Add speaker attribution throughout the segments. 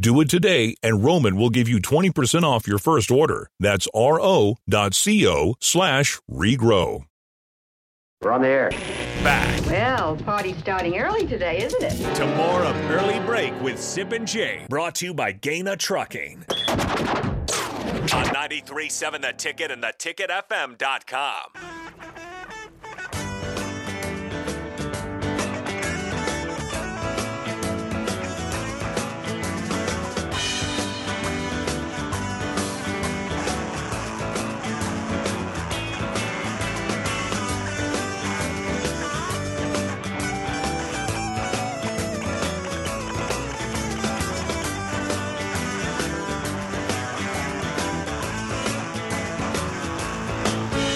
Speaker 1: Do it today, and Roman will give you 20% off your first order. That's ro.co slash regrow.
Speaker 2: We're on the air.
Speaker 3: Back
Speaker 4: Well, party's starting early today, isn't it?
Speaker 3: to more of Early Break with Sip and Jay, brought to you by Gaina Trucking. On 93.7 The Ticket and theticketfm.com.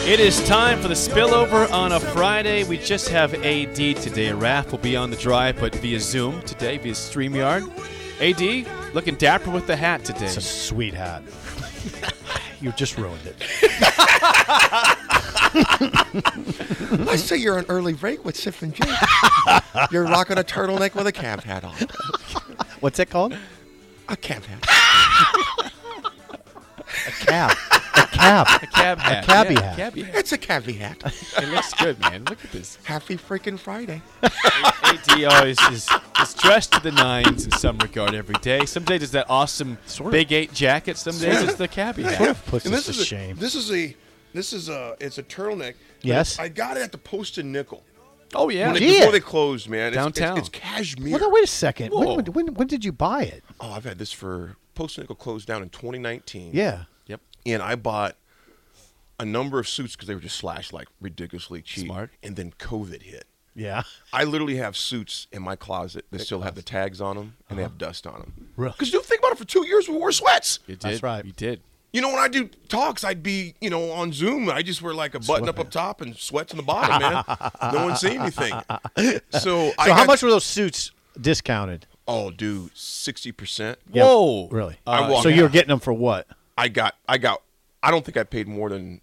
Speaker 5: It is time for the spillover on a Friday. We just have AD today. Raph will be on the drive, but via Zoom today, via StreamYard. AD looking dapper with the hat today.
Speaker 6: It's a sweet hat. you just ruined it.
Speaker 7: I say you're an early break with Sif and Jim. you're rocking a turtleneck with a camp hat on.
Speaker 6: What's it called?
Speaker 7: A camp hat.
Speaker 6: A cap. a cap. A
Speaker 5: cab hat.
Speaker 6: cabbie
Speaker 5: yeah,
Speaker 6: hat.
Speaker 5: Cabbie hat.
Speaker 7: It's a cabbie hat.
Speaker 5: It looks good, man. Look at this.
Speaker 7: Happy freaking Friday.
Speaker 5: AD always is, is dressed to the nines in some regard every day. Some days it's that awesome big eight jacket. Some days it's the cabbie hat.
Speaker 6: Puts
Speaker 7: And
Speaker 6: us
Speaker 7: this
Speaker 6: to
Speaker 7: is a,
Speaker 6: shame.
Speaker 7: This is a this is a it's a turtleneck. but
Speaker 6: Yes.
Speaker 7: I got it at the Post and Nickel
Speaker 5: Oh yeah.
Speaker 7: When they-
Speaker 6: Gee.
Speaker 7: before they closed, man. It's-
Speaker 5: Downtown.
Speaker 7: It's, it's, cashmere.
Speaker 6: well, now, wait a second.
Speaker 5: Whoa.
Speaker 6: When, when, when, when did you buy it?
Speaker 7: oh, I've had this for Post and Nickel closed down in 2019.
Speaker 6: Yeah.
Speaker 5: Yep.
Speaker 7: and I bought a number of suits because they were just slashed like ridiculously cheap.
Speaker 5: Smart.
Speaker 7: And then COVID hit.
Speaker 6: Yeah.
Speaker 7: I literally have suits in my closet that still have the tags on them and they have dust on them.
Speaker 6: Really?
Speaker 7: Because you think about it, for two years we wore sweats.
Speaker 5: You did.
Speaker 6: That's right.
Speaker 5: You did.
Speaker 7: You know, when I do talks, I'd be, you know, on Zoom. I just wear like a button up up top and sweats in the bottom, man. no one see anything. So, I
Speaker 6: So how
Speaker 7: got-
Speaker 6: much were those suits discounted?
Speaker 7: Oh, dude, sixty percent.
Speaker 6: Yeah,
Speaker 5: Whoa. Uh,
Speaker 6: Really?
Speaker 7: I walked
Speaker 6: so you were
Speaker 7: out.
Speaker 6: getting them for what?
Speaker 7: I got, I got. I don't think I paid more than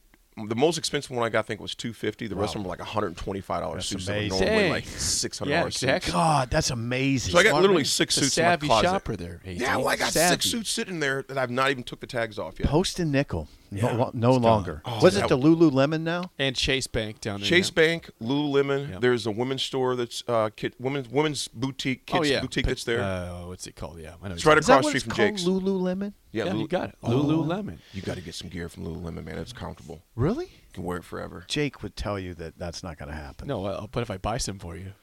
Speaker 7: the most expensive one I got. I think was two fifty. The rest of them were like one hundred and twenty five dollars suits. that were
Speaker 6: amazing.
Speaker 7: Normally,
Speaker 5: Dang.
Speaker 7: like six hundred
Speaker 5: Yeah.
Speaker 7: dollars.
Speaker 5: Exactly.
Speaker 6: God, that's amazing.
Speaker 7: So I got
Speaker 5: Smart
Speaker 7: literally
Speaker 5: man.
Speaker 7: six
Speaker 5: The
Speaker 7: suits in my
Speaker 5: savvy
Speaker 7: closet.
Speaker 5: shopper there, AD.
Speaker 7: Yeah, well, I got
Speaker 5: Savvy.
Speaker 7: six suits sitting there that I've not even took the tags off yet.
Speaker 6: Post and nickel. No, lo- no longer.
Speaker 7: Oh,
Speaker 6: Was
Speaker 7: that-
Speaker 6: it the Lululemon now?
Speaker 5: And Chase Bank down there.
Speaker 7: Chase
Speaker 5: yeah.
Speaker 7: Bank, Lululemon. There's a women's store that's uh, kid, women's women's boutique, kids
Speaker 5: oh yeah.
Speaker 7: boutique that's there.
Speaker 5: Uh, what's it called? Yeah. I know
Speaker 7: it's right
Speaker 6: Is that
Speaker 7: across
Speaker 6: what
Speaker 7: the street
Speaker 6: it's
Speaker 7: from
Speaker 6: called?
Speaker 7: Jake's.
Speaker 6: Lululemon.
Speaker 5: Yeah,
Speaker 7: Lulu-
Speaker 5: you got it.
Speaker 7: Oh.
Speaker 5: Lululemon.
Speaker 7: You got to get some gear from Lululemon, man. It's comfortable.
Speaker 6: Really?
Speaker 7: You can wear it forever.
Speaker 6: Jake would tell you that that's not going to happen.
Speaker 5: No, uh, but if I buy some for you,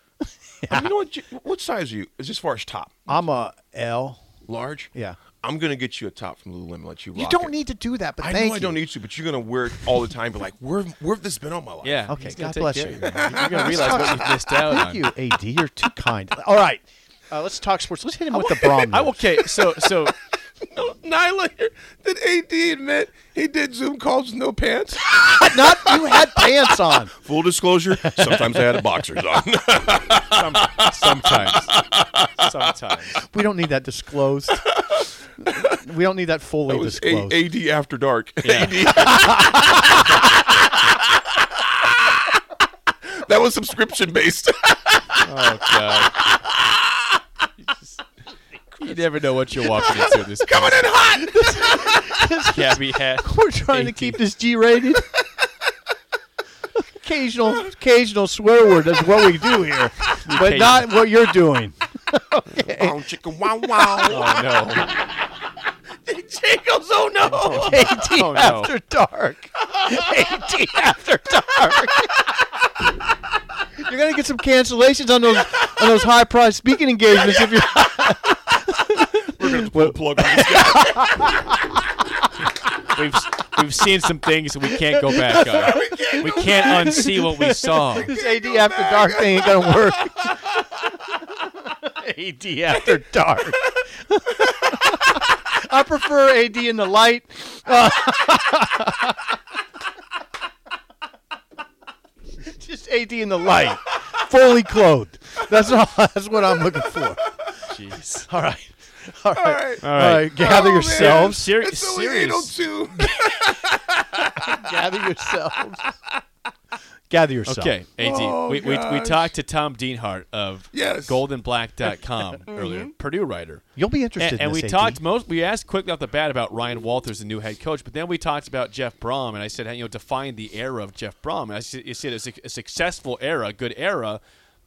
Speaker 7: Uh, you know what? J- What size are you? Is as far as top?
Speaker 6: I'm a L.
Speaker 7: Large?
Speaker 6: Yeah.
Speaker 7: I'm gonna get you a top from Lululemon. Let you rock
Speaker 6: You don't
Speaker 7: it.
Speaker 6: need to do that, but
Speaker 7: I
Speaker 6: thank
Speaker 7: know I
Speaker 6: you.
Speaker 7: don't need to, but you're gonna wear it all the time. Be like, where where have this been all my life?
Speaker 5: yeah.
Speaker 6: Okay,
Speaker 5: he's gonna
Speaker 6: God
Speaker 5: take
Speaker 6: bless
Speaker 5: care
Speaker 6: you.
Speaker 5: of You're gonna realize what you've missed out
Speaker 6: Thank
Speaker 5: on.
Speaker 6: you, AD. You're too kind. All right, uh, let's talk sports. Let's hit him with the Brom.
Speaker 5: I, okay, so so
Speaker 7: No, Nyla, here- did AD admit he did Zoom calls with no pants?
Speaker 6: not you had pants on.
Speaker 7: Full disclosure, sometimes I had a boxers on.
Speaker 5: some, sometimes, sometimes.
Speaker 6: We don't need that disclosed. We don't need that fully
Speaker 7: It was
Speaker 6: disclosed.
Speaker 7: A- AD after dark. AD. that was subscription based.
Speaker 5: Oh God. You just- You never know what you're walking into. This coming in hot. Cabby hat.
Speaker 6: We're trying to keep this G-rated. occasional, occasional swear word is what we do here, but
Speaker 5: pay-
Speaker 6: not what you're doing.
Speaker 7: wow, Oh, chicken, wow, wow.
Speaker 5: Oh no.
Speaker 7: Jacobs, oh no.
Speaker 6: AD
Speaker 5: Oh, no.
Speaker 6: after dark. AD after dark. get some cancellations on those on those high price speaking engagements if you're
Speaker 7: We're gonna pull the plug on this guy.
Speaker 5: We've we've seen some things that we can't go back on.
Speaker 7: We can't
Speaker 5: We
Speaker 7: go
Speaker 5: can't unsee what we saw.
Speaker 6: this AD after dark thing ain't gonna work. AD after dark. I prefer AD in the light. Uh, just AD in the light, fully clothed. That's all, that's what I'm looking for.
Speaker 5: Jeez.
Speaker 6: All right, all right, all right.
Speaker 5: All right.
Speaker 6: gather
Speaker 7: Oh, man.
Speaker 6: yourselves.
Speaker 5: Ser-
Speaker 7: It's only
Speaker 5: serious.
Speaker 7: 802.
Speaker 6: Gather yourselves. gather yourselves.
Speaker 5: Okay, AD. we, we, we talked to Tom Deanhart of
Speaker 7: Yes.
Speaker 5: goldenblack.com earlier, Purdue writer.
Speaker 6: you'll be
Speaker 5: A-
Speaker 6: interested.
Speaker 5: And,
Speaker 6: in
Speaker 5: we
Speaker 6: this, AD.
Speaker 5: talked most. We asked quickly off the bat about Ryan Walters, the new head coach, but then we talked about Jeff Brom, and I said, you know, define the era of Jeff Brom. And I said, you said it's a, a successful era, a good era,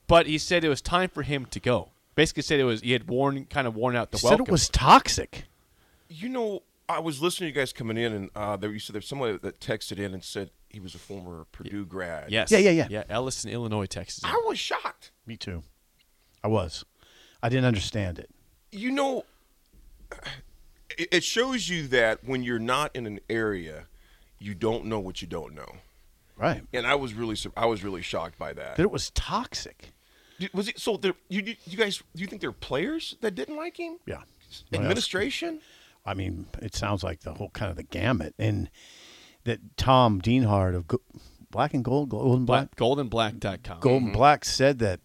Speaker 5: but he said it was time for him to go. Basically, said it was he had worn kind of worn out the
Speaker 6: You
Speaker 5: welcome.
Speaker 6: said it was toxic.
Speaker 7: You know, I was listening to you guys coming in, and uh, there you said there's somebody that texted in and said he was a former Purdue grad.
Speaker 5: yes,
Speaker 6: Yeah, yeah, yeah.
Speaker 5: yeah. Ellison, Illinois, Texas.
Speaker 7: I was shocked.
Speaker 6: Me too. I was. I didn't understand it.
Speaker 7: You know, it, it shows you that when you're not in an area, you don't know what you don't know.
Speaker 6: Right.
Speaker 7: And I was really, sur- I was really shocked by that.
Speaker 6: That it was toxic.
Speaker 7: Did- was it so? There, you, you you guys, do you think there are players that didn't like him?
Speaker 6: Yeah.
Speaker 7: Administration?
Speaker 6: I mean, it sounds like the whole kind of the gamut, and that Tom Deanhart of Go- Black and Gold, Golden Black, Mm-hmm.
Speaker 5: Black, goldenblack.com.
Speaker 6: Golden Black said that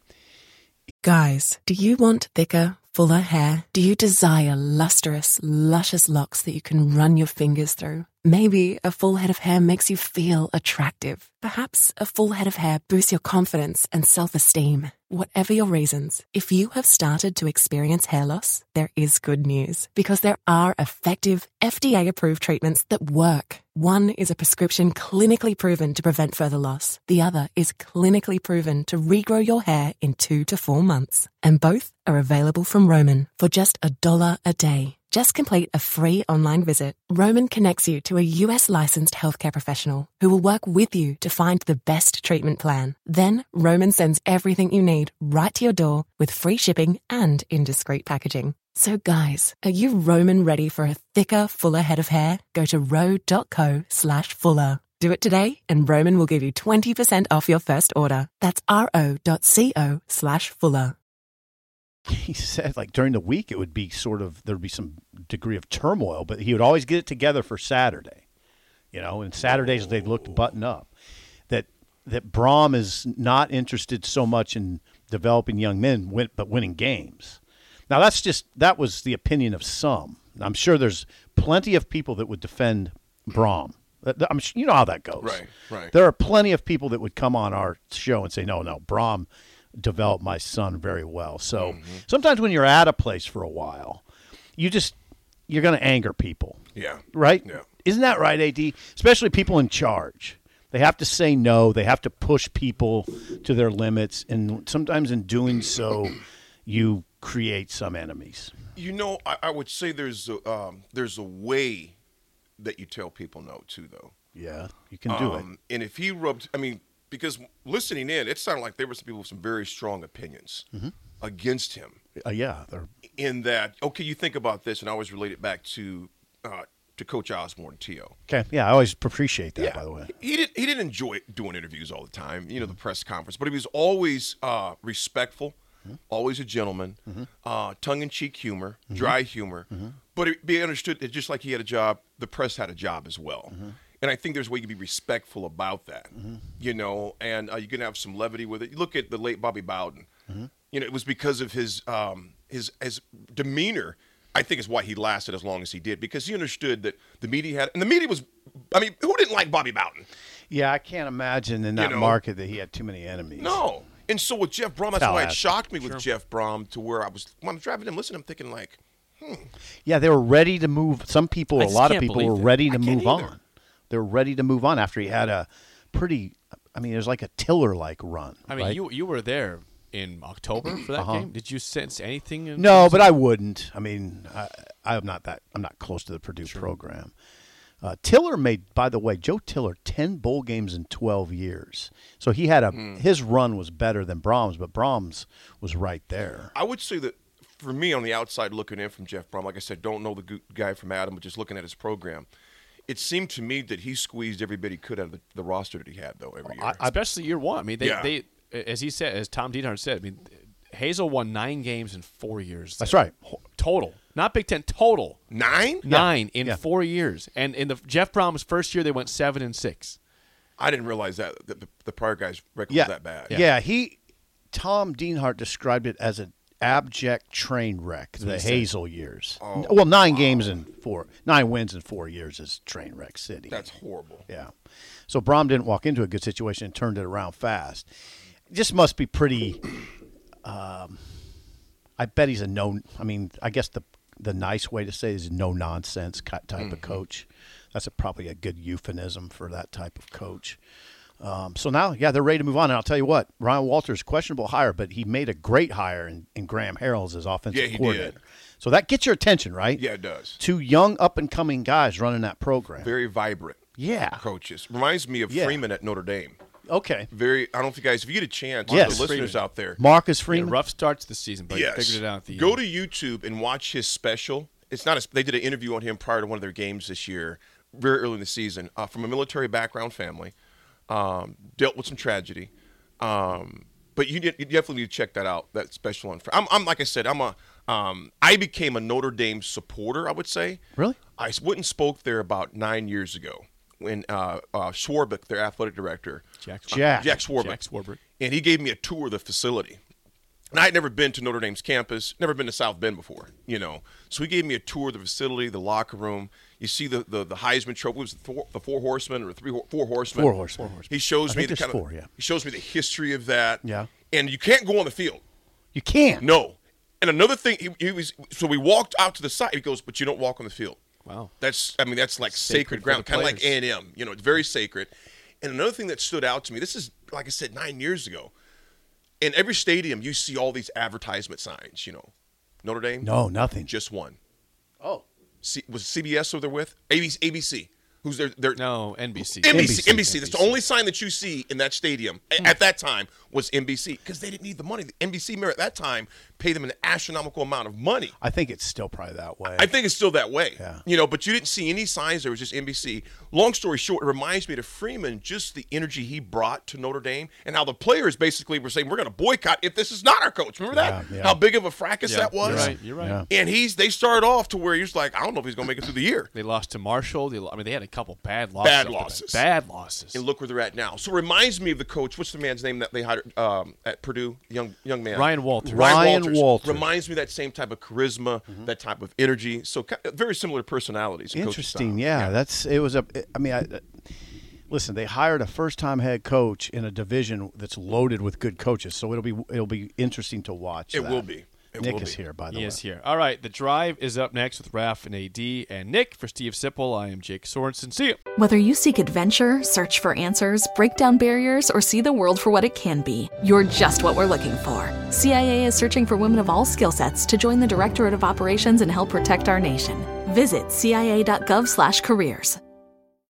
Speaker 8: Guys, do you want thicker, fuller hair? Do you desire lustrous, luscious locks that you can run your fingers through? Maybe a full head of hair makes you feel attractive. Perhaps a full head of hair boosts your confidence and self esteem. Whatever your reasons, if you have started to experience hair loss, there is good news because there are effective, FDA approved treatments that work. One is a prescription clinically proven to prevent further loss. The other is clinically proven to regrow your hair in two to four months. And both are available from Roman for just a dollar a day. Just complete a free online visit. Roman connects you to a US licensed healthcare professional who will work with you to find the best treatment plan. Then Roman sends everything you need right to your door with free shipping and in discreet packaging. So, guys, are you Roman ready for a thicker, fuller head of hair? Go to ro.co slash fuller. Do it today, and Roman will give you 20% off your first order. That's ro.co slash fuller.
Speaker 6: he said like during the week it would be sort of there'd be some degree of turmoil, but he would always get it together for Saturday, you know. And Saturdays they looked button up. That that Brom is not interested so much in developing young men, win, but winning games. Now that's just that was the opinion of some. I'm sure there's plenty of people that would defend Brom. That- that- I'm su- you know how that goes.
Speaker 7: Right, right.
Speaker 6: There are plenty of people that would come on our show and say, "No, no, Brom developed my son very well." So
Speaker 7: Mm-hmm.
Speaker 6: sometimes when you're at a place for a while, you just you're going to anger people,
Speaker 7: Yeah.
Speaker 6: right?
Speaker 7: Yeah.
Speaker 6: Isn't that right, Ad? Especially people in charge. They have to say no. They have to push people to their limits, and sometimes in doing so, you create some enemies.
Speaker 7: You know, I, I would say there's a, um, there's a way that you tell people no too, though.
Speaker 6: Yeah, you can do it.
Speaker 7: Um, and if he rubbed, I mean, because listening in, it sounded like there were some people with some very strong opinions against him.
Speaker 6: Uh, yeah, they're-
Speaker 7: In that, okay, you think about this, and I always relate it back to uh, to Coach Osborne Teo.
Speaker 6: okay. Yeah, I always appreciate that. By the way,
Speaker 7: He didn't he didn't enjoy doing interviews all the time, you know, the press conference, but he was always uh, respectful, always a gentleman, uh, tongue in cheek humor, dry humor. But it be understood that just like he had a job, the press had a job as well. And I think there's a way you can be respectful about that, you know, and uh, you can have some levity with it. You look at the late Bobby Bowden. You know, it was because of his um, his his demeanor. I think is why he lasted as long as he did because he understood that the media had, and the media was, I mean, who didn't like Bobby Bowden?
Speaker 6: yeah, I can't imagine in that
Speaker 7: know-
Speaker 6: market that he had too many enemies.
Speaker 7: No. And so with Jeff Brom, that's
Speaker 6: Foul
Speaker 7: why it
Speaker 6: ass.
Speaker 7: shocked me with Jeff Brom to where I was when I'm driving him listening, I'm thinking like,
Speaker 6: Yeah, they were ready to move. Some people,
Speaker 5: I
Speaker 6: a
Speaker 5: just
Speaker 6: lot of
Speaker 5: can't
Speaker 6: people,
Speaker 5: believe
Speaker 6: were
Speaker 5: it.
Speaker 6: ready
Speaker 7: I
Speaker 6: to
Speaker 7: can't
Speaker 6: move
Speaker 7: either.
Speaker 6: on. They were ready to move on after he had a pretty. I mean, it was like a Tiller-like run.
Speaker 5: I mean,
Speaker 6: right?
Speaker 5: you you were there in October for that
Speaker 6: Uh-huh.
Speaker 5: game. Did you sense anything? in-
Speaker 6: No, but I wouldn't. I mean, I, I'm not that. I'm not close to the Purdue program. Uh, Tiller made, by the way, Joe Tiller ten bowl games in twelve years. So he had a
Speaker 7: Hmm.
Speaker 6: his run was better than Brahms, but Brahms was right there.
Speaker 7: I would say that for me, on the outside looking in from Jeff Brom, like I said, don't know the gu- guy from Adam, but just looking at his program, it seemed to me that he squeezed every bit he could out of the, the roster that he had, though, every year.
Speaker 5: especially year one. I mean, they,
Speaker 7: Yeah.
Speaker 5: they as he said, as Tom Dieter said, I mean, Hazel won nine games in four years.
Speaker 6: That's right.
Speaker 5: Ho- Total, not Big Ten total,
Speaker 7: Nine?
Speaker 5: nine in
Speaker 6: Yeah.
Speaker 5: four years. And in the Jeff Brom's first year, they went seven and six.
Speaker 7: I didn't realize that, that the, the prior guy's record was that bad.
Speaker 6: Yeah. he Tom Deanhart described it as an abject train wreck. the Hazel years.
Speaker 7: Oh,
Speaker 6: N- well, nine games in four, nine wins in four years is train wreck city.
Speaker 7: That's horrible.
Speaker 6: yeah. So Brom didn't walk into a good situation and turned it around fast. Just must be pretty. Um, I bet he's a no. I mean, I guess the the nice way to say it is no nonsense type
Speaker 7: Mm-hmm.
Speaker 6: of coach. That's a, probably a good euphemism for that type of coach. Um, so now, yeah, they're ready to move on. And I'll tell you what, Ryan Walters questionable hire, but he made a great hire in, in Graham Harrell's as offensive
Speaker 7: Yeah, he did.
Speaker 6: coordinator. So that gets your attention, right?
Speaker 7: Yeah, it does.
Speaker 6: Two young up and coming guys running that program.
Speaker 7: Very vibrant
Speaker 6: yeah.
Speaker 7: coaches. Reminds me of
Speaker 6: Yeah.
Speaker 7: Freeman at Notre Dame.
Speaker 6: Okay.
Speaker 7: Very, I don't think guys, if you get a chance,
Speaker 6: Yes.
Speaker 7: the listeners
Speaker 5: Freeman.
Speaker 7: out there,
Speaker 6: Marcus
Speaker 5: They had
Speaker 6: Freeman.
Speaker 5: a rough start to the season, but
Speaker 7: yes,
Speaker 5: he figured it out. at The
Speaker 7: go
Speaker 5: end.
Speaker 7: to YouTube and watch his special. It's not. A, they did an interview on him prior to one of their games this year, very early in the season. Uh, from a military background family, um, dealt with some tragedy, um, but you, de- you definitely need to check that out. That special on. Fr- I'm, I'm like I said, I'm a. Um, I became a Notre Dame supporter. I would say.
Speaker 6: Really?
Speaker 7: I s- went and spoke there about nine years ago when uh, uh, Swarbrick, their athletic director, uh,
Speaker 5: Jack.
Speaker 6: Jack.
Speaker 7: Jack Swarbrick.
Speaker 5: Jack Swarbrick.
Speaker 7: And he gave me a tour of the facility. And I had never been to Notre Dame's campus, never been to South Bend before, you know. So he gave me a tour of the facility, the locker room. You see the the, the Heisman trophy was it the four, the four horsemen or three hor- four horsemen.
Speaker 6: Four horsemen. Four horsemen.
Speaker 7: He shows
Speaker 6: I
Speaker 7: me
Speaker 6: think
Speaker 7: the
Speaker 6: there's
Speaker 7: kind
Speaker 6: four,
Speaker 7: of
Speaker 6: yeah.
Speaker 7: he shows me the history of that.
Speaker 6: Yeah.
Speaker 7: And you can't go on the field.
Speaker 6: You can't.
Speaker 7: No. And another thing, he, he was so we walked out to the side. He goes, but you don't walk on the field.
Speaker 5: Wow.
Speaker 7: That's I mean that's like
Speaker 5: Sacred
Speaker 7: sacred,
Speaker 5: for
Speaker 7: ground,
Speaker 5: the
Speaker 7: kind of like A
Speaker 5: players.
Speaker 7: and M. You know, it's very sacred. And another thing that stood out to me, this is like I said nine years ago. In every stadium, you see all these advertisement signs. You know, Notre Dame,
Speaker 6: No, nothing.
Speaker 7: just one.
Speaker 6: Oh.
Speaker 7: C, was it CBS who they're with? ABC, ABC. Who's their their
Speaker 5: No, NBC.
Speaker 7: NBC, NBC, That's the
Speaker 5: NBC.
Speaker 7: only sign that you see in that stadium a- at that time was NBC because they didn't need the money. The NBC mayor at that time paid them an astronomical amount of money.
Speaker 6: I think it's still probably that way.
Speaker 7: I think it's still that way.
Speaker 6: Yeah.
Speaker 7: You know, but you didn't see any signs. There was just NBC. Long story short, it reminds me to Freeman just the energy he brought to Notre Dame and how the players basically were saying, "We're going to boycott if this is not our coach." Remember that?
Speaker 6: Yeah, yeah.
Speaker 7: How big of a fracas that was.
Speaker 5: You're right. You're right.
Speaker 6: Yeah.
Speaker 7: And he's they started off to where you're just like, I don't know if he's going to make it through the year.
Speaker 5: They lost to Marshall. They, lo- I mean, they had a couple bad losses.
Speaker 7: Bad
Speaker 5: up to back.
Speaker 7: losses.
Speaker 5: Bad losses.
Speaker 7: And look where they're at now. So it reminds me of the coach. What's the man's name that they hired um, at Purdue? Young young man.
Speaker 5: Ryan Walters.
Speaker 6: Ryan Walters. Mm-hmm.
Speaker 7: reminds me of that same type of charisma, that type of energy. So ki- very similar personalities. and coaching style.
Speaker 6: Interesting. Yeah, that's it was a. I mean, I, listen, they hired a first-time head coach in a division that's loaded with good coaches, so it'll be it'll be interesting to watch.
Speaker 7: It
Speaker 6: that.
Speaker 7: will be. It
Speaker 6: Nick
Speaker 7: will
Speaker 6: is
Speaker 7: be.
Speaker 6: here, by the
Speaker 5: He
Speaker 6: way.
Speaker 5: is here. All right, the drive is up next with Raf and AD and Nick. For Steve Sipple, I am Jake Sorensen. See you.
Speaker 9: Whether you seek adventure, search for answers, break down barriers, or see the world for what it can be, you're just what we're looking for. CIA is searching for women of all skill sets to join the Directorate of Operations and help protect our nation. Visit cia.gov/careers.